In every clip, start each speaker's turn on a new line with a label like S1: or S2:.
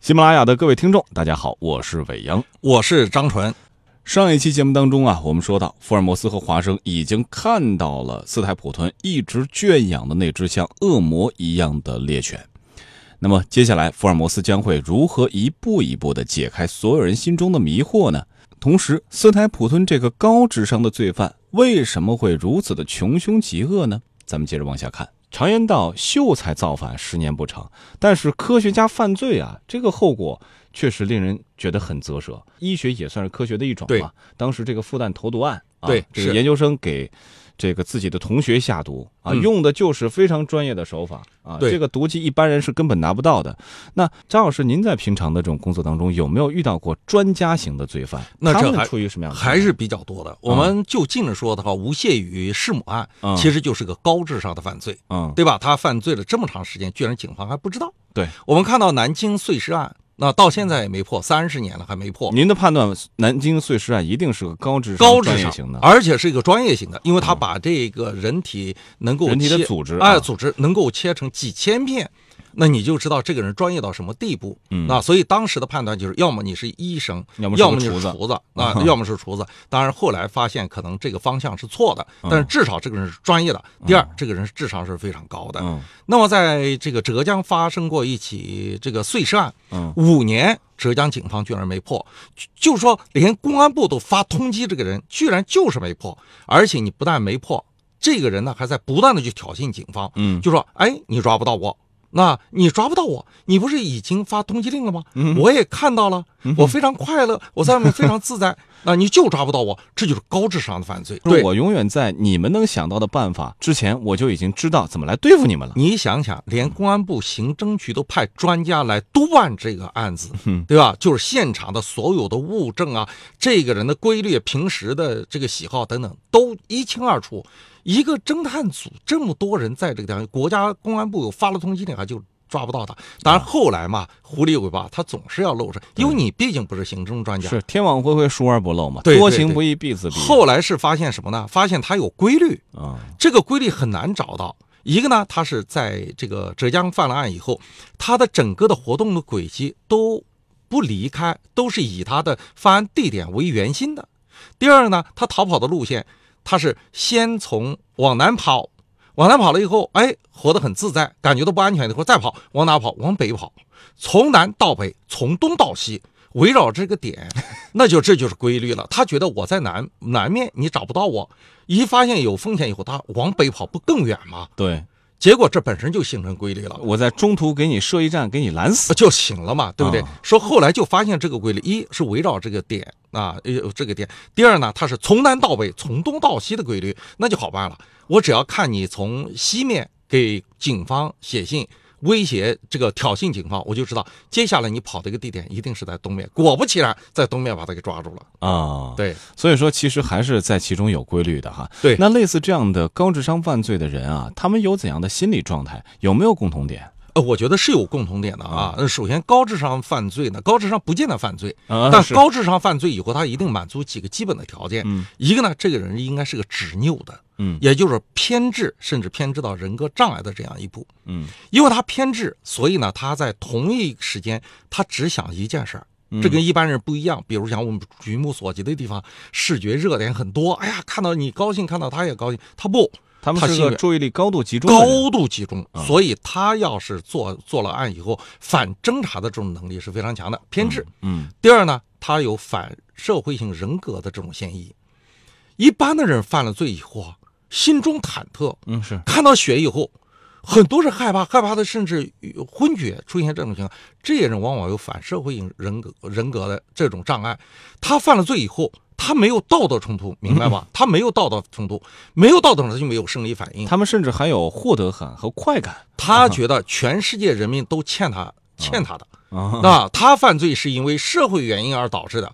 S1: 喜马拉雅的各位听众，大家好，我是伟阳。
S2: 我是张纯，
S1: 上一期节目当中啊，我们说到福尔摩斯和华生已经看到了斯泰普屯一直圈养的那只像恶魔一样的猎犬。那么接下来，福尔摩斯将会如何一步一步地解开所有人心中的迷惑呢？同时，斯泰普屯这个高智商的罪犯为什么会如此的穷凶极恶呢？咱们接着往下看。常言道，秀才造反十年不长，但是科学家犯罪啊，这个后果确实令人觉得很啧舌。医学也算是科学的一种
S2: 对
S1: 嘛。当时这个复旦投毒案，啊、
S2: 对
S1: 这个
S2: 是
S1: 研究生给这个自己的同学下毒啊，
S2: 嗯
S1: 用的就是非常专业的手法啊，
S2: 对
S1: 这个毒剂一般人是根本拿不到的。那张老师，您在平常的这种工作当中，有没有遇到过专家型的罪犯？
S2: 那
S1: 他
S2: 这
S1: 们
S2: 还
S1: 处于什么样的情况？
S2: 还是比较多的。我们就近着说的话，吴谢宇弑母案
S1: 嗯
S2: 其实就是个高智商的犯罪，
S1: 嗯，
S2: 对吧？他犯罪了这么长时间，居然警方还不知道。
S1: 对
S2: 我们看到南京碎尸案，那到现在也没破，三十年了还没破，
S1: 您的判断，南京碎尸案一定是个高智商
S2: 高智
S1: 专业
S2: 商
S1: 型的，嗯
S2: 而且是一个专业型的，因为他把这个人体能够
S1: 人体的
S2: 切
S1: 组织啊
S2: 哎，组织能够切成几千片。那你就知道这个人专业到什么地步，
S1: 嗯
S2: 那所以当时的判断就是，要么你是医生，
S1: 要
S2: 要
S1: 么
S2: 么
S1: 是个
S2: 你是
S1: 厨子
S2: 厨子，啊，要么是厨子。当然后来发现可能这个方向是错的，
S1: 嗯
S2: 但是至少这个人是专业的。第二，这个人智商是非常高的。
S1: 嗯
S2: 那么在这个浙江发生过一起这个碎尸案，
S1: 嗯
S2: 五年浙江警方居然没破，就就是说连公安部都发通缉这个人，居然就是没破，而且你不但没破，这个人呢还在不断的去挑衅警方，
S1: 嗯，
S2: 就说哎你抓不到我。那你抓不到我，你不是已经发通缉令了吗？
S1: 嗯
S2: 我也看到了，我非常快乐，我在外面非常自 在。那你就抓不到我，这就是高智商的犯罪。
S1: 就是我永远在你们能想到的办法之前，我就已经知道怎么来对付你们了。
S2: 你想想，连公安部刑侦局都派专家来督办这个案子，对吧？就是现场的所有的物证啊，这个人的规律、平时的这个喜好等等，都一清二楚。一个侦探组这么多人在这个地方，国家公安部有发了通缉令，还就抓不到他。当然后来嘛，狐狸尾巴他总是要露出来，因为你毕竟不是刑侦专家。
S1: 是天网恢恢，疏而不漏嘛，
S2: 对对
S1: 多行不义必自毙。
S2: 后来是发现什么呢？发现他有规律，
S1: 啊，
S2: 这个规律很难找到。一个呢，他是在这个浙江犯了案以后，他的整个的活动的轨迹都不离开，都是以他的犯案地点为圆心的。第二呢，他逃跑的路线，他是先从往南跑，往南跑了以后，哎，活得很自在，感觉到不安全以后再跑，往哪跑？往北跑，从南到北，从东到西，围绕这个点， 那就这就是规律了。他觉得我在南南面，你找不到我，一发现有风险以后，他往北跑不更远吗？
S1: 对，
S2: 结果这本身就形成规律了。
S1: 我在中途给你设一站，给你拦死。
S2: 就醒了嘛，对不对？
S1: 啊
S2: 说后来就发现这个规律，一是围绕这个点啊，呃，这个点；第二呢，它是从南到北，从东到西的规律，那就好办了。我只要看你从西面给警方写信。威胁这个挑衅警方，我就知道接下来你跑的一个地点一定是在东面。果不其然，在东面把他给抓住了。
S1: 啊，
S2: 对，
S1: 所以说其实还是在其中有规律的哈。
S2: 对
S1: 那类似这样的高智商犯罪的人啊，他们有怎样的心理状态？有没有共同点？
S2: 呃，我觉得是有共同点的啊。呃首先，高智商犯罪呢，高智商不见得犯罪，
S1: 啊
S2: 但
S1: 是
S2: 高智商犯罪以后，他一定满足几个基本的条件。
S1: 嗯
S2: 一个呢，这个人应该是个执拗的，
S1: 嗯
S2: 也就是偏执，甚至偏执到人格障碍的这样一步。
S1: 嗯
S2: 因为他偏执，所以呢，他在同一时间，他只想一件事儿。
S1: 嗯
S2: 这跟一般人不一样，比如像我们举目所及的地方，视觉热点很多。哎呀，看到你高兴，看到他也高兴。他不，
S1: 他们
S2: 他
S1: 是
S2: 心
S1: 个
S2: 里
S1: 注意力高度集中的人。
S2: 高度集中，
S1: 嗯
S2: 所以他要是做做了案以后，反侦查的这种能力是非常强的，偏执。
S1: 嗯
S2: 第二呢，他有反社会性人格的这种嫌疑。一般的人犯了罪以后啊，心中忐忑，
S1: 嗯是
S2: 看到血以后，很多人害怕，害怕的甚至呃昏厥，出现这种情况。这些人往往有反社会性人格人格的这种障碍。他犯了罪以后，他没有道德冲突，明白吧？他没有道德冲突，没有道德冲突他就没有生理反应。
S1: 他们甚至还有获得感和快感
S2: 他觉得全世界人民都欠他欠他的，
S1: 啊。
S2: 那他犯罪是因为社会原因而导致的。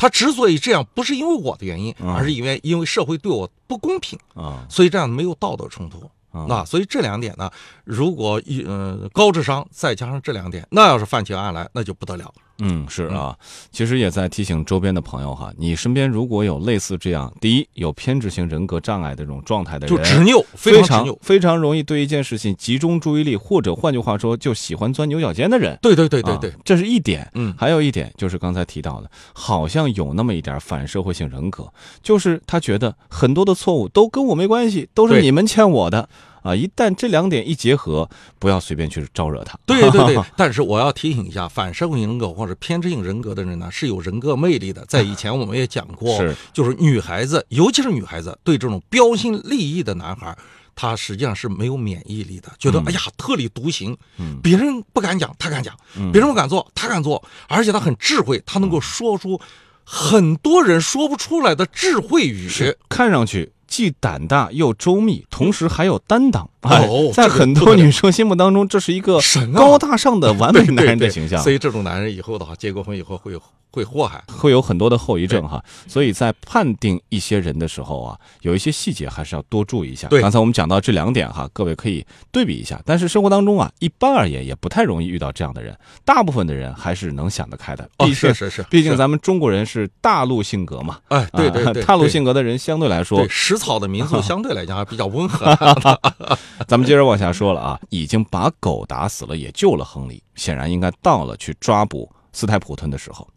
S2: 他之所以这样，不是因为我的原因，
S1: 嗯
S2: 而是因为因为社会对我不公平，
S1: 啊
S2: 所以这样没有道德冲突。
S1: 啊
S2: 那所以这两点呢，如果一呃高智商再加上这两点，那要是犯起案来，那就不得了。
S1: 嗯，是啊，其实也在提醒周边的朋友哈，你身边如果有类似这样，第一有偏执型人格障碍的这种状态的人，
S2: 就执拗，
S1: 非
S2: 常执
S1: 常
S2: 拗。
S1: 哎非常容易对一件事情集中注意力，或者换句话说，就喜欢钻牛角尖的人。
S2: 对对对对对
S1: 啊，这是一点。
S2: 嗯
S1: 还有一点就是刚才提到的，好像有那么一点反社会性人格，就是他觉得很多的错误都跟我没关系，都是
S2: 对
S1: 你们欠我的啊。一旦这两点一结合，不要随便去招惹他。
S2: 对对 对，但是我要提醒一下，反社会人格或者偏执性人格的人呢，是有人格魅力的。在以前我们也讲过，
S1: 是
S2: 就是女孩子，尤其是女孩子，对这种标新立异的男孩，她实际上是没有免疫力的，觉得、哎呀特立独行，
S1: 嗯
S2: 别人不敢讲，他敢讲；别人不敢做，他敢做，而且他很智慧，他
S1: 嗯
S2: 能够说出很多人说不出来的智慧语。
S1: 看上去既胆大又周密，同时还有担当。哎
S2: 哦
S1: 在
S2: 这个
S1: 很
S2: 不
S1: 多
S2: 得了
S1: 女生心目当中，这是一个
S2: 神啊
S1: 高大上的完美
S2: 对对
S1: 男人的
S2: 对
S1: 形象。
S2: 所以这种男人以后的话，结过婚以后会有会祸害。
S1: 会有很多的后遗症哈，所以在判定一些人的时候啊，有一些细节还是要多注意一下。
S2: 对
S1: 刚才我们讲到这两点哈，各位可以对比一下。但是生活当中啊，一般而言也不太容易遇到这样的人，大部分的人还是能想得开的。
S2: 哦，
S1: 毕竟
S2: 是，是是，
S1: 毕竟
S2: 是
S1: 咱们中国人是大陆性格嘛，
S2: 哎，对对
S1: 啊
S2: 对，
S1: 大陆
S2: 对
S1: 性格的人相对来说
S2: 对，食草的民族相对来讲还比较 温和。
S1: 咱们接着往下说了啊，已经把狗打死了，也救了亨利，显然应该到了去抓捕斯泰普顿的时候。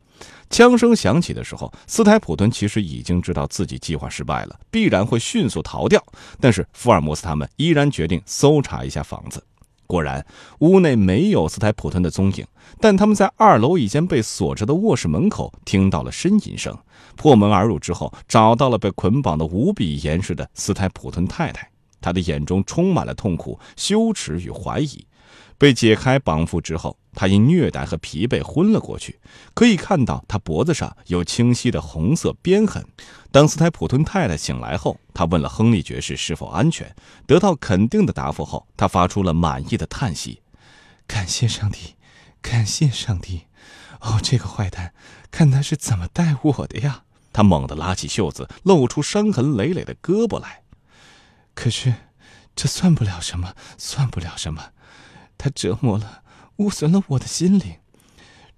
S1: 枪声响起的时候，斯泰普顿其实已经知道自己计划失败了，必然会迅速逃掉。但是福尔摩斯他们依然决定搜查一下房子。果然，屋内没有斯泰普顿的踪影，但他们在二楼一间被锁着的卧室门口听到了呻吟声。破门而入之后，找到了被捆绑的无比严实的斯泰普顿太太。他的眼中充满了痛苦、羞耻与怀疑。被解开绑缚之后，他因虐待和疲惫昏了过去。可以看到他脖子上有清晰的红色鞭痕。当斯泰普顿太太醒来后，他问了亨利爵士是否安全，得到肯定的答复后，他发出了满意的叹息：“感谢上帝，感谢上帝！哦，这个坏蛋，看他是怎么待我的呀！”他猛地拉起袖子，露出伤痕累累的胳膊来。可是，这算不了什么，算不了什么。他折磨了、污损了我的心灵。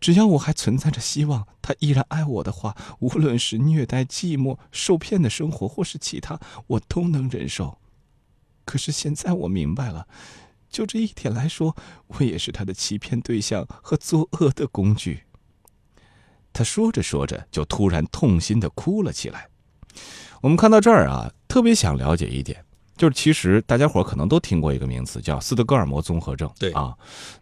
S1: 只要我还存在着希望，他依然爱我的话，无论是虐待、寂寞、受骗的生活，或是其他，我都能忍受。可是现在我明白了，就这一点来说，我也是他的欺骗对象和作恶的工具。他说着说着，就突然痛心地哭了起来。我们看到这儿啊，特别想了解一点，就是其实大家伙儿可能都听过一个名词，叫斯德哥尔摩综合症。
S2: 对
S1: 啊，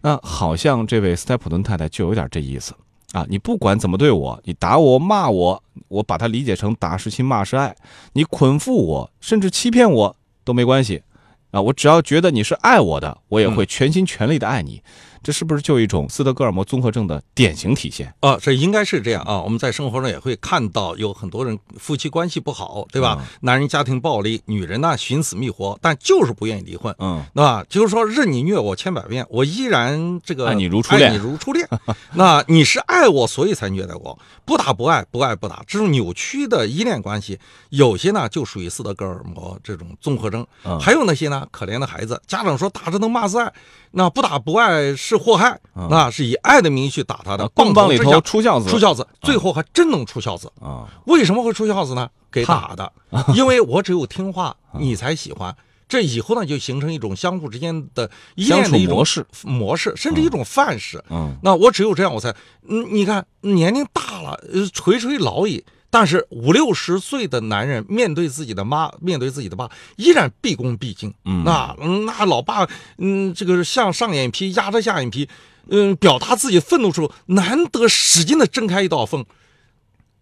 S1: 那好像这位斯泰普顿太太就有点这意思啊。你不管怎么对我，你打我、骂我，我把它理解成打是亲、骂是爱；你捆缚我，甚至欺骗我都没关系啊。我只要觉得你是爱我的，我
S2: 嗯
S1: 也会全心全力的爱你。这是不是就一种斯德哥尔摩综合症的典型体现？
S2: 啊，这应该是这样啊。我们在生活上也会看到，有很多人夫妻关系不好，对吧？男人家庭暴力，女人呢寻死觅活，但就是不愿意离婚。
S1: 嗯，
S2: 那就是说，任你虐我千百遍，我依然这个
S1: 爱你如初恋
S2: 爱你如 初恋。那你是爱我，所以才虐待我，不打不爱，不爱不打，这种扭曲的依恋关系，有些呢就属于斯德哥尔摩这种综合征，
S1: 嗯
S2: 还有那些呢可怜的孩子，家长说打着能骂是爱，那不打不爱是祸害，那是以爱的名义去打他的，
S1: 嗯啊棍棒里
S2: 之下
S1: 头出孝子，
S2: 出孝子，最后还真能出孝子。
S1: 啊，
S2: 为什么会出孝子呢？给打的，因为我只有 听话，你才喜欢。这以后呢，就形成一种相互之间的依
S1: 相
S2: 恋
S1: 处
S2: 的一种
S1: 模式，
S2: 模式，甚至一种范式。
S1: 嗯
S2: 那我只有这样，我才，嗯，你看年龄大了，呃，垂垂老矣，但是五六十岁的男人面对自己的妈，面对自己的爸，依然毕恭毕敬。
S1: 嗯
S2: 那那老爸，嗯，这个向上眼皮压着下眼皮，嗯，表达自己愤怒的时候，难得使劲的睁开一道缝，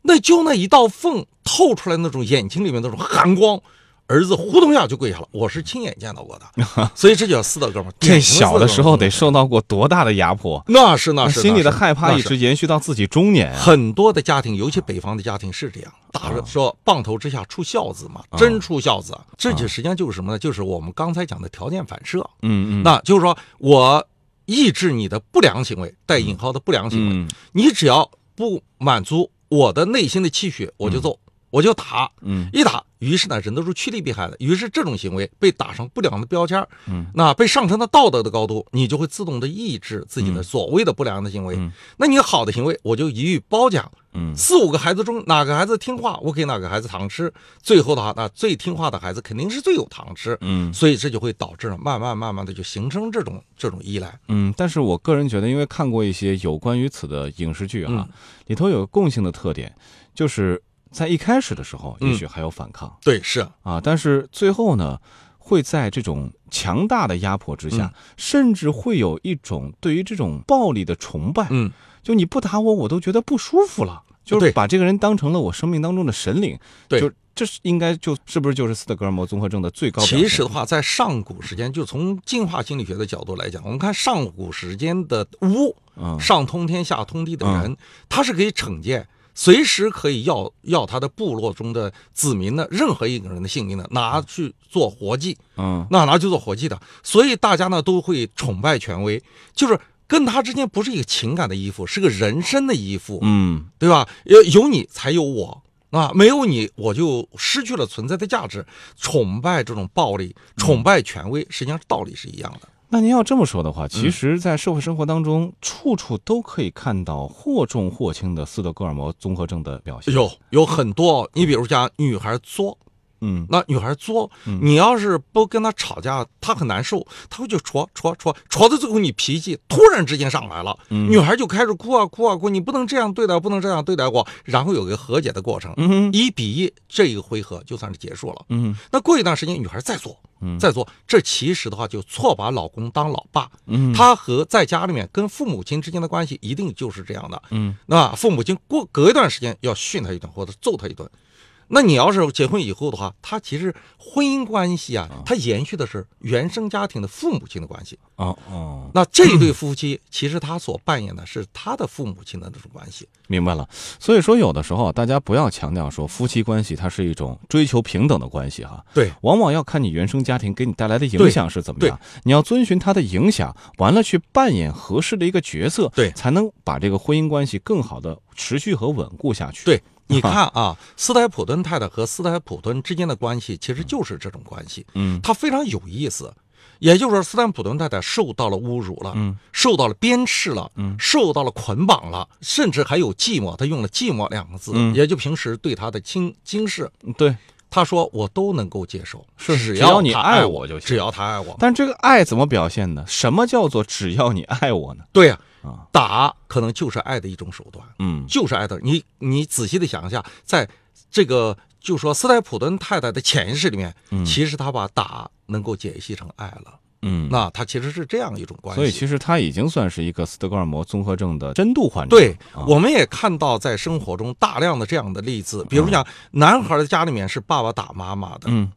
S2: 那就那一道缝透出来那种眼睛里面那种寒光。儿子呼通一下就跪下了，我是亲眼见到过 的，所以这叫斯德哥们。
S1: 这小的时候得受到过多大的压迫，
S2: 那是那是
S1: 心里的
S2: 那是
S1: 害怕
S2: 那
S1: 一
S2: 是
S1: 直延续到自己中年啊。
S2: 很多的家庭，尤其北方的家庭是这样，大人说棒头之下出孝子
S1: 啊
S2: 嘛，真出孝子，这就实际上就是什么呢？就是我们刚才讲的条件反射，
S1: 嗯嗯，
S2: 那就是说我抑制你的不良行为，带引号的不良行为，
S1: 嗯
S2: 你只要不满足我的内心的期许，我就揍，我就打，
S1: 嗯
S2: 一打于是呢，人都是趋利避害的。于是这种行为被打上不良的标签，嗯，那被上升到道德的高度，你就会自动的抑制自
S1: 嗯
S2: 己的所谓的不良的行为。那你好的行为，我就一律褒奖。
S1: 嗯
S2: 四五个孩子中哪个孩子听话，我给哪个孩子糖吃。最后的话，那最听话的孩子肯定是最有糖吃。
S1: 嗯
S2: 所以这就会导致慢慢慢慢的就形成这种这种依赖。
S1: 嗯，但是我个人觉得，因为看过一些有关于此的影视剧
S2: 嗯
S1: 哈，里头有个共性的特点，就是在一开始的时候，
S2: 嗯
S1: 也许还有反抗
S2: 对，是
S1: 啊，但是最后呢，会在这种强大的压迫之下，
S2: 嗯
S1: 甚至会有一种对于这种暴力的崇拜，
S2: 嗯，
S1: 就你不打我，我都觉得不舒服了，就是
S2: 呃对
S1: 把这个人当成了我生命当中的神灵，
S2: 对
S1: 就这是应该就是不是就是斯德哥尔摩综合症的最高表现？
S2: 其实的话，在上古时间，就从进化心理学的角度来讲，我们看上古时间的巫，
S1: 嗯
S2: 上通天下通地的人，他是可以惩戒。随时可以要要他的部落中的子民的任何一个人的性命的，拿去做活计，
S1: 嗯
S2: 那拿去做活计的。所以大家呢都会崇拜权威，就是跟他之间不是一个情感的依附，是个人生的依附。
S1: 嗯
S2: 对吧？有有你才有我啊，没有你我就失去了存在的价值。崇拜这种暴力，崇拜权威，实际上道理是一样的。
S1: 那您要这么说的话，
S2: 嗯
S1: 其实，在社会生活当中，处处都可以看到或重或轻的斯德哥尔摩综合症的表现。
S2: 有有很多哦，你比如讲女孩作，
S1: 嗯
S2: 那女孩作，你要是不跟她吵架，她很难受，她会就戳戳戳戳到最后，你脾气突然之间上来了，女孩就开始哭啊哭啊哭，你不能这样对待，不能这样对待我，然后有个和解的过程，
S1: 嗯
S2: 一比一这一个回合就算是结束了。
S1: 嗯
S2: 那过一段时间，女孩再做，再做，这其实的话就错把老公当老爸，
S1: 嗯
S2: 她和在家里面跟父母亲之间的关系一定就是这样的。
S1: 嗯，
S2: 那父母亲过隔一段时间要训她一顿或者揍她一顿。那你要是结婚以后的话，她其实婚姻关系啊，它延续的是原生家庭的父母亲的关系。
S1: 哦哦，
S2: 那这 一对夫妻，其实他所扮演的是他的父母亲的这种关系。
S1: 明白了。所以说，有的时候大家不要强调说夫妻关系它是一种追求平等的关系哈，
S2: 对，
S1: 往往要看你原生家庭给你带来的影响是怎么样，你要遵循它的影响，完了去扮演合适的一个角色，
S2: 对
S1: 才能把这个婚姻关系更好的持续和稳固下去。，
S2: 对，你看啊，斯台普顿太太和斯台普顿之间的关系其实就是这种关系，
S1: 嗯
S2: 它非常有意思。也就是说，斯坦普顿太太受到了侮辱了，
S1: 嗯
S2: 受到了鞭笞了，
S1: 嗯
S2: 受到了捆绑了，甚至还有寂寞。他用了“寂寞”两个字，
S1: 嗯
S2: 也就平时对他的轻轻视，
S1: 对。
S2: 他说我都能够接受，
S1: 是
S2: 只
S1: 只要
S2: 要
S1: 你
S2: 他
S1: 爱
S2: 爱
S1: 我就行
S2: 只要他爱我。
S1: 但这个爱怎么表现呢？什么叫做只要你爱我呢？
S2: 对呀、
S1: 啊
S2: 打可能就是爱的一种手段。
S1: 嗯
S2: 就是艾德。你你仔细的想一下，在这个就说斯泰普顿太太的潜意识里面，其实她把打能够解析成爱了，
S1: 嗯，
S2: 那她其实是这样一种关系。
S1: 所以其实他已经算是一个斯德哥尔摩综合症的深度患者。
S2: 对，
S1: 啊
S2: 我们也看到在生活中大量的这样的例子，比如讲，男孩的家里面是爸爸打妈妈的，
S1: 嗯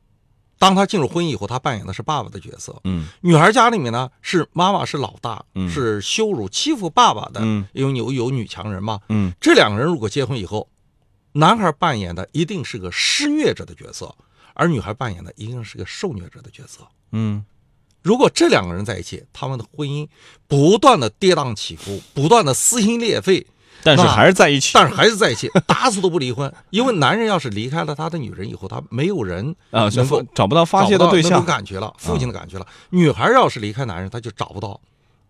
S2: 当他进入婚姻以后，他扮演的是爸爸的角色；
S1: 嗯
S2: 女孩家里面呢是妈妈是老大
S1: 嗯，
S2: 是羞辱欺负爸爸的
S1: 嗯，
S2: 因为有有女强人嘛，
S1: 嗯
S2: 这两个人如果结婚以后，男孩扮演的一定是个施虐者的角色，而女孩扮演的一定是个受虐者的角色。
S1: 嗯
S2: 如果这两个人在一起，他们的婚姻不断的跌宕起伏，不断的撕心裂肺，
S1: 但是
S2: 那
S1: 还是在一起。
S2: 但是还是在一起，打死都不离婚。因为男人要是离开了他的女人以后，他没有人
S1: 啊，
S2: 能够
S1: 就找不到发泄的对
S2: 找
S1: 象
S2: 不到那种感觉了，父亲的感觉了。女孩要是离开男人，她就找不到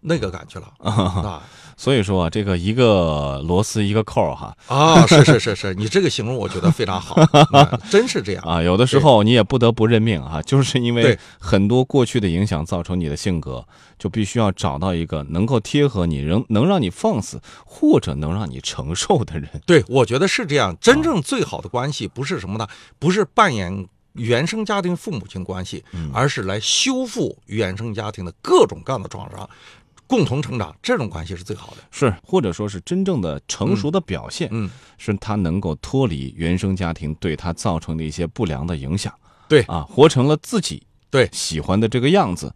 S2: 那个感觉了
S1: 嗯
S2: 啊。
S1: 所以说啊，这个一个螺丝一个扣儿哈
S2: 啊，是是是是，你这个形容我觉得非 常好，嗯真是这样。
S1: 啊，有的时候你也不得不认命啊，就是因为
S2: 对
S1: 很多过去的影响造成你的性格，就必须要找到一个能够贴合你、能能让你放肆或者能让你承受的人。
S2: 对，我觉得是这样。真正最好的关系不是什么呢？不是扮演原生家庭父母亲关系，而是来修复原生家庭的各种各样的创伤，共同成长，这种关系是最好的。
S1: 是，或者说是真正的成熟的表现，
S2: 嗯嗯
S1: 是他能够脱离原生家庭对他造成的一些不良的影响，
S2: 对
S1: 啊，活成了自己
S2: 对
S1: 喜欢的这个样子。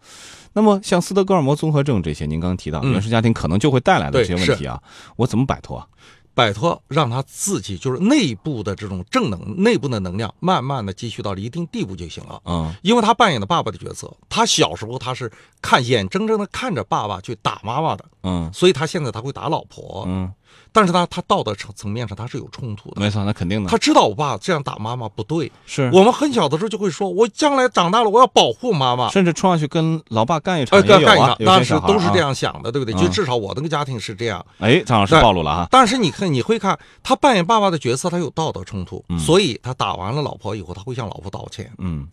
S1: 那么像斯德哥尔摩综合症这些，您刚提到
S2: 嗯
S1: 原生家庭可能就会带来的
S2: 对
S1: 这些问题啊，我怎么摆脱啊？
S2: 摆脱让他自己就是内部的这种正能、内部的能量，慢慢的积蓄到了一定地步就行了。
S1: 嗯
S2: 因为他扮演的爸爸的角色，他小时候他是看眼睁睁的看着爸爸去打妈妈的，
S1: 嗯
S2: 所以他现在他会打老婆，
S1: 嗯
S2: 但是呢，他道德层层面上他是有冲突的。
S1: 没错，那肯定的，
S2: 他知道我爸这样打妈妈不对，
S1: 是
S2: 我们很小的时候就会说，我将来长大了我要保护妈妈。
S1: 甚至冲上去跟老爸干一场
S2: 呃，
S1: 也
S2: 干
S1: 有
S2: 干一
S1: 啊
S2: 场，，
S1: 有
S2: 当
S1: 些
S2: 时
S1: 小孩
S2: 都是
S1: 啊
S2: 这。样想的，对不对？
S1: 嗯
S2: 就至少我那个家庭是这样。
S1: 哎，张老师
S2: 对
S1: 暴露了啊！
S2: 但是你看，你会看他扮演爸爸的角色，他有道德冲突，
S1: 嗯
S2: 所以他打完了老婆以后，他会向老婆道歉。
S1: 嗯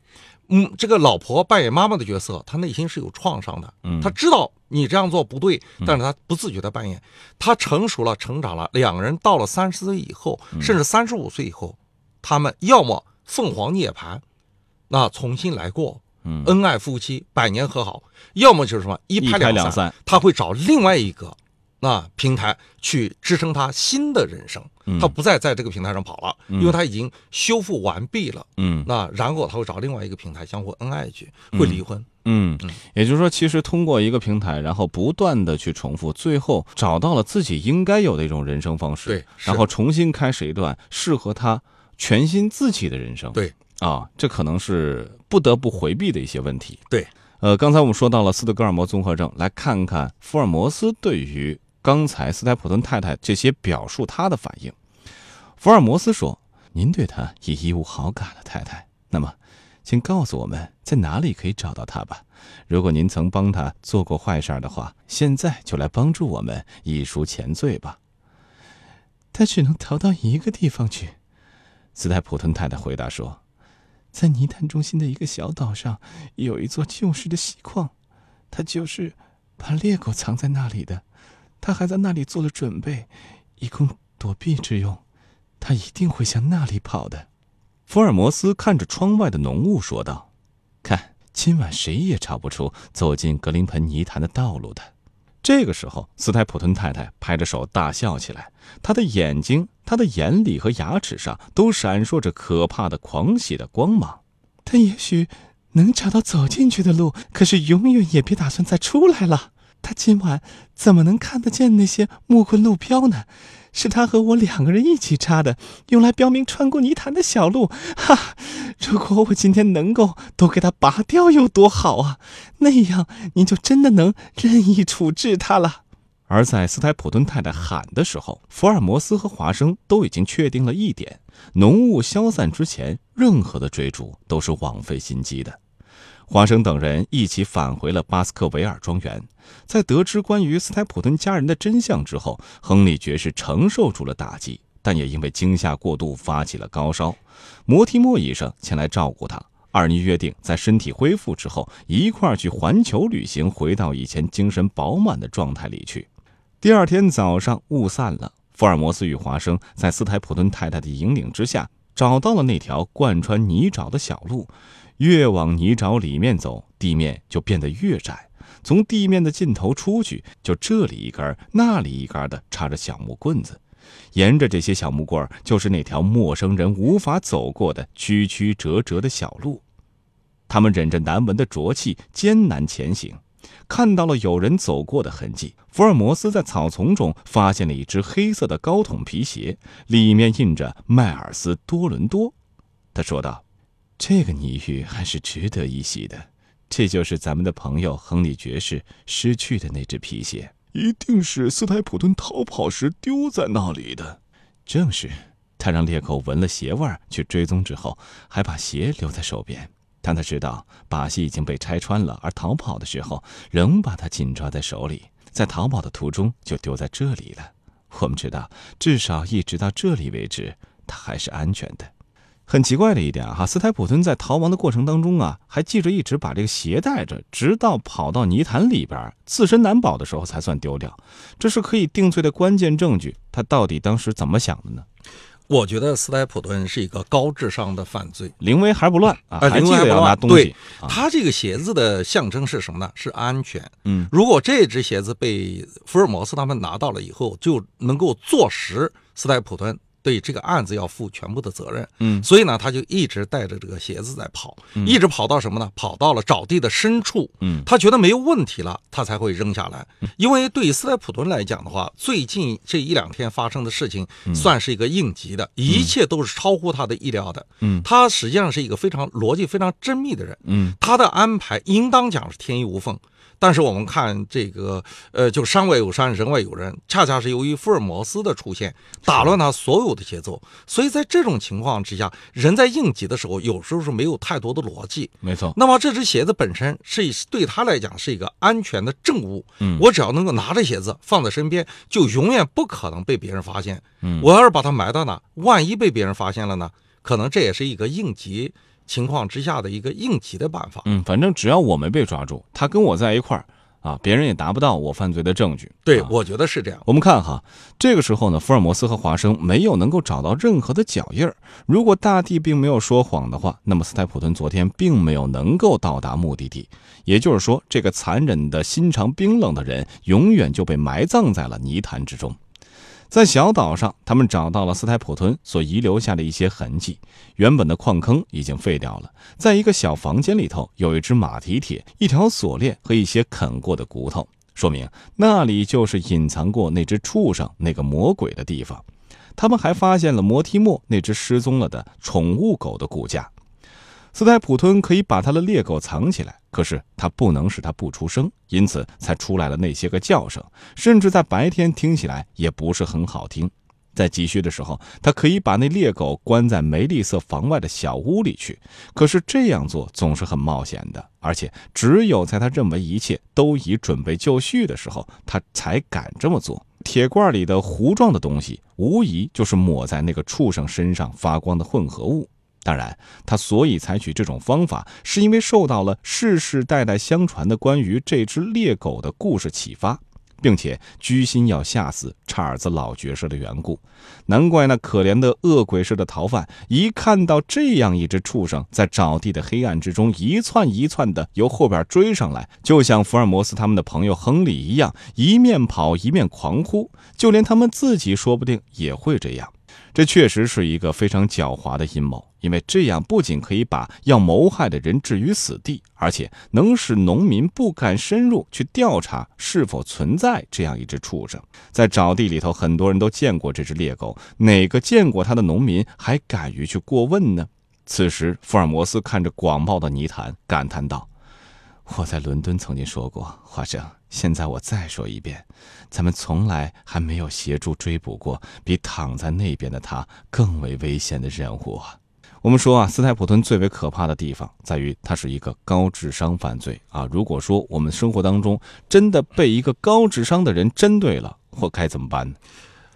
S2: 嗯，这个老婆扮演妈妈的角色，她内心是有创伤的，
S1: 嗯，
S2: 她知道你这样做不对，但是她不自觉的扮演。她成熟了，成长了，两个人到了三十岁以后，
S1: 嗯
S2: 甚至三十五岁以后，他们要么凤凰涅槃，那重新来过，
S1: 嗯
S2: 恩爱夫妻，百年和好；要么就是什么呃一
S1: 一拍
S2: 拍两
S1: 两散，
S2: 他会找另外一个那平台去支撑他新的人生，
S1: 嗯
S2: 他不再在这个平台上跑了，因为他已经修复完毕了。
S1: 嗯
S2: 那然后他会找另外一个平台相互恩爱去，会离婚。
S1: 嗯，也就是说，其实通过一个平台，然后不断的去重复，最后找到了自己应该有的一种人生方式，
S2: 对是
S1: 然后重新开始一段适合他全新自己的人生，
S2: 对
S1: 啊，这可能是不得不回避的一些问题。
S2: 对，
S1: 呃，刚才我们说到了斯德哥尔摩综合症，来看看福尔摩斯对于刚才斯台普顿太太这些表述他的反应。福尔摩斯说：“您对他也已无好感了，太太。那么，请告诉我们在哪里可以找到他吧。如果您曾帮他做过坏事儿的话，现在就来帮助我们以赎前罪吧。”他只能逃到一个地方去，斯泰普顿太太回答说：“在泥潭中心的一个小岛上，有一座旧时的锡矿，他就是把猎狗藏在那里的。他还在那里做了准备，以供躲避之用。他一定会向那里跑的。”福尔摩斯看着窗外的浓雾说道：“看，今晚谁也找不出走进格林盆泥潭的道路的。”这个时候，斯泰普顿太太拍着手大笑起来。他的眼睛、他的眼里和牙齿上都闪烁着可怕的狂喜的光芒。他也许能找到走进去的路，可是永远也别打算再出来了。他今晚怎么能看得见那些木棍路标呢？是他和我两个人一起插的，用来标明穿过泥潭的小路。 哈，如果我今天能够都给他拔掉，有多好啊！那样您就真的能任意处置他了。而在斯台普顿太太喊的时候，福尔摩斯和华生都已经确定了一点：浓雾消散之前，任何的追逐都是枉费心机的。华生等人一起返回了巴斯克维尔庄园。在得知关于斯台普顿家人的真相之后，亨利爵士承受住了打击，但也因为惊吓过度发起了高烧。摩提莫医生前来照顾他。二人约定，在身体恢复之后，一块儿去环球旅行，回到以前精神饱满的状态里去。第二天早上，雾散了，福尔摩斯与华生在斯台普顿太太的引领之下，找到了那条贯穿泥沼的小路。越往泥沼里面走，地面就变得越窄。从地面的尽头出去，就这里一根儿，那里一根儿的插着小木棍子。沿着这些小木棍儿，就是那条陌生人无法走过的曲曲折折的小路。他们忍着难闻的浊气，艰难前行。看到了有人走过的痕迹。福尔摩斯在草丛中发现了一只黑色的高筒皮鞋，里面印着迈尔斯·多伦多。他说道：“这个谜语还是值得一席的。这就是咱们的朋友亨利爵士失去的那只皮鞋，一定是斯台普顿逃跑时丢在那里的。正是，他让猎狗闻了鞋味儿去追踪之后，还把鞋留在手边。”但他知道把戏已经被拆穿了，而逃跑的时候仍把它紧抓在手里，在逃跑的途中就丢在这里了。我们知道，至少一直到这里为止，它还是安全的。很奇怪的一点啊，哈斯台普顿在逃亡的过程当中啊，还记着一直把这个鞋带着，直到跑到泥潭里边儿，自身难保的时候才算丢掉。这是可以定罪的关键证据。他到底当时怎么想的呢？
S2: 我觉得斯台普顿是一个高智商的犯罪。
S1: 临危还不乱啊，
S2: 啊
S1: 还
S2: 临
S1: 记
S2: 危还
S1: 得
S2: 不
S1: 要拿
S2: 乱
S1: 东西
S2: 对。他这个鞋子的象征是什么呢？是安全。
S1: 嗯，
S2: 如果这只鞋子被福尔摩斯他们拿到了以后，就能够坐实斯台普顿对这个案子要负全部的责任。
S1: 嗯
S2: 所以呢，他就一直带着这个鞋子在跑，一直跑到什么呢？跑到了沼地的深处。
S1: 嗯
S2: 他觉得没有问题了，他才会扔下来。因为对于斯台普顿来讲的话，最近这一两天发生的事情算是一个应急的，一切都是超乎他的意料的。
S1: 嗯
S2: 他实际上是一个非常逻辑非常缜密的人，
S1: 嗯
S2: 他的安排应当讲是天衣无缝。但是我们看这个，呃，就山外有山，人外有人，恰恰是由于福尔摩斯的出现，打乱他所有的节奏。所以在这种情况之下，人在应急的时候，有时候是没有太多的逻辑。
S1: 没错，
S2: 那么这只鞋子本身是对他来讲是一个安全的证物，嗯，我只要能够拿着鞋子放在身边，就永远不可能被别人发现。
S1: 嗯，
S2: 我要是把它埋到哪，万一被别人发现了呢？可能这也是一个应急情况之下的一个应急的办法。
S1: 嗯，反正只要我没被抓住，他跟我在一块儿啊，别人也达不到我犯罪的证据。
S2: 对，
S1: 啊
S2: 我觉得是这样。
S1: 我们看哈，这个时候呢，福尔摩斯和华生没有能够找到任何的脚印儿。如果大地并没有说谎的话，那么斯泰普顿昨天并没有能够到达目的地。也就是说，这个残忍的、心肠冰冷的人，永远就被埋葬在了泥潭之中。在小岛上，他们找到了斯泰普顿所遗留下的一些痕迹。原本的矿坑已经废掉了，在一个小房间里头，有一只马蹄铁、一条锁链和一些啃过的骨头，说明那里就是隐藏过那只畜生、那个魔鬼的地方。他们还发现了摩提莫那只失踪了的宠物狗的骨架。斯泰普吞可以把他的猎狗藏起来，可是他不能使它不出声，因此才出来了那些个叫声，甚至在白天听起来也不是很好听。在急需的时候，他可以把那猎狗关在梅丽瑟房外的小屋里去，可是这样做总是很冒险的，而且只有在他认为一切都已准备就绪的时候，他才敢这么做。铁罐里的糊状的东西，无疑就是抹在那个畜生身上发光的混合物。当然，他所以采取这种方法，是因为受到了世世代代相传的关于这只猎狗的故事启发，并且居心要吓死查尔斯老爵士的缘故。难怪那可怜的恶鬼似的逃犯，一看到这样一只畜生在沼地的黑暗之中一窜一窜的由后边追上来，就像福尔摩斯他们的朋友亨利一样，一面跑一面狂呼，就连他们自己说不定也会这样。这确实是一个非常狡猾的阴谋，因为这样不仅可以把要谋害的人置于死地，而且能使农民不敢深入去调查是否存在这样一只畜生。在沼地里头，很多人都见过这只猎狗，哪个见过它的农民还敢于去过问呢？此时，福尔摩斯看着广袤的泥潭，感叹道：“我在伦敦曾经说过，华生，现在我再说一遍，咱们从来还没有协助追捕过比躺在那边的他更为危险的人物啊。我们说啊，斯泰普顿最为可怕的地方在于，它是一个高智商犯罪啊。如果说我们生活当中真的被一个高智商的人针对了，我该怎么办呢？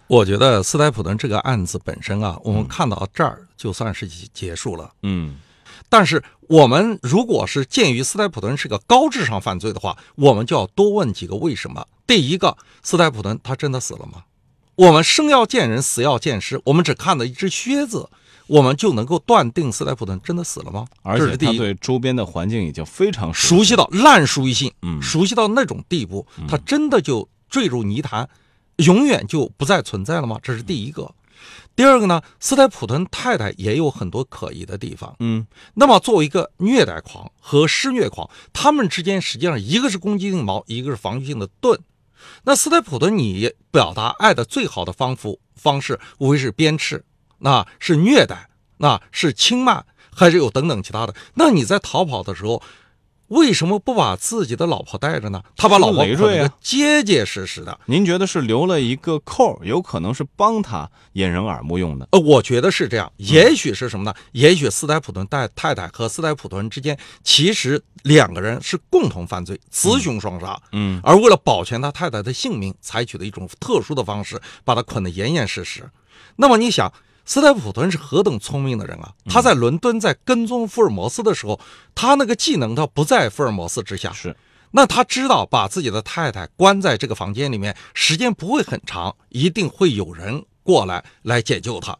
S2: 我觉得斯泰普顿这个案子本身啊，我们看到这儿就算是结结束了。
S1: 嗯，
S2: 但是我们如果是鉴于斯泰普顿是个高智商犯罪的话，我们就要多问几个为什么。第一个，斯泰普顿他真的死了吗？我们生要见人，死要见尸，我们只看到一只靴子，我们就能够断定斯泰普顿真的死了吗？
S1: 而
S2: 这
S1: 且
S2: 是第
S1: 他
S2: 一个。
S1: 对周边的环境已经非常
S2: 熟悉到烂熟于心，
S1: 嗯
S2: 熟悉到那种地步，他真的就坠入泥潭，永远就不再存在了吗？这是第一个。
S1: 嗯
S2: 第二个呢，斯泰普顿太太也有很多可疑的地方。
S1: 嗯，
S2: 那么作为一个虐待狂和施虐狂，他们之间实际上一个是攻击性矛，一个是防御性的盾。那斯泰普顿你表达爱的最好的方法方式，无非是鞭笞，那是虐待，那是轻慢，还是有等等其他的。那你在逃跑的时候，为什么不把自己的老婆带着呢？他把老婆
S1: 累
S2: 捆
S1: 赘啊
S2: 得结结实实的。
S1: 您觉得是留了一个扣儿，有可能是帮他掩人耳目用的？
S2: 呃，我觉得是这样，也许是什么呢？也许斯泰普顿太太太和斯泰普顿之间，其实两个人是共同犯罪，雌雄双杀。
S1: 嗯，
S2: 而为了保全他太太的性命，采取了一种特殊的方式，把他捆得严严实实。那么你想，斯泰普顿是何等聪明的人啊！他在伦敦在跟踪福尔摩斯的时候，他那个技能他不在福尔摩斯之下，
S1: 是，
S2: 那他知道把自己的太太关在这个房间里面，时间不会很长，一定会有人过来来解救他。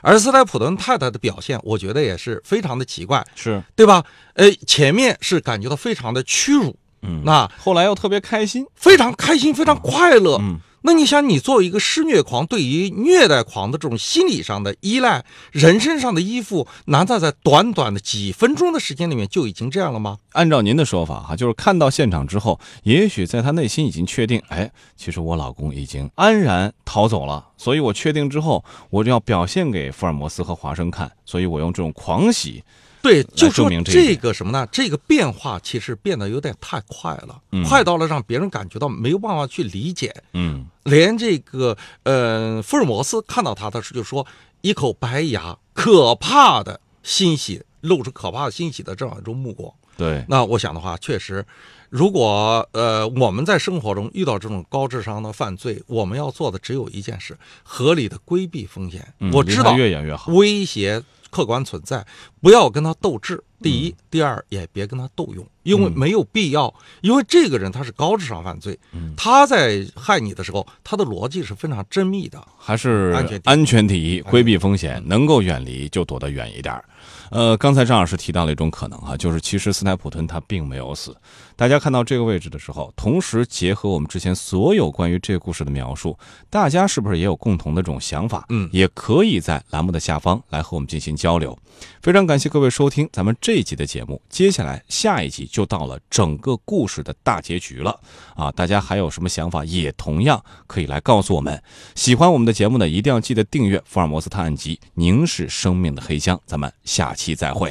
S2: 而斯莱普顿太太的表现，我觉得也是非常的奇怪，
S1: 是，
S2: 对吧？呃，前面是感觉到非常的屈辱，
S1: 嗯，
S2: 那
S1: 后来又特别开心。
S2: 非常开心，非常快乐。
S1: 嗯
S2: 那你想，你作为一个施虐狂，对于虐待狂的这种心理上的依赖，人身上的依附，难道在短短的几分钟的时间里面就已经这样了吗？
S1: 按照您的说法哈，就是看到现场之后，也许在他内心已经确定，哎，其实我老公已经安然逃走了，所以我确定之后，我就要表现给福尔摩斯和华生看，所以我用这种狂喜
S2: 对，就
S1: 证
S2: 说
S1: 明这一
S2: 这
S1: 点
S2: 个什么呢？这个变化其实变得有点太快了，
S1: 嗯
S2: 快到了让别人感觉到没有办法去理解。
S1: 嗯
S2: 连这个呃，福尔摩斯看到他的时候就说：“一口白牙，可怕的欣喜，露出可怕的欣喜的这样一种目光。”
S1: 对，
S2: 那我想的话，确实，如果呃我们在生活中遇到这种高智商的犯罪，我们要做的只有一件事：合理的规避风险。
S1: 嗯
S2: 我
S1: 离
S2: 知
S1: 他
S2: 道
S1: 越远越好，
S2: 威胁客观存在，不要跟他斗智。第一，第二也别跟他斗勇，因为
S1: 嗯
S2: 没有必要。因为这个人他是高智商犯罪，
S1: 嗯
S2: 他在害你的时候，他的逻辑是非常缜密的。
S1: 还是
S2: 安全第一
S1: 安全第一，规避风险，能够远离就躲得远一点儿。呃，刚才张老师提到了一种可能哈，就是其实斯泰普顿他并没有死。大家看到这个位置的时候，同时结合我们之前所有关于这个故事的描述，大家是不是也有共同的这种想法？
S2: 嗯
S1: 也可以在栏目的下方来和我们进行交流。非常感谢各位收听咱们这一集的节目，接下来下一集就到了整个故事的大结局了啊！大家还有什么想法，也同样可以来告诉我们。喜欢我们的节目呢，一定要记得订阅《福尔摩斯探案集》，凝视生命的黑箱。咱们下期再会。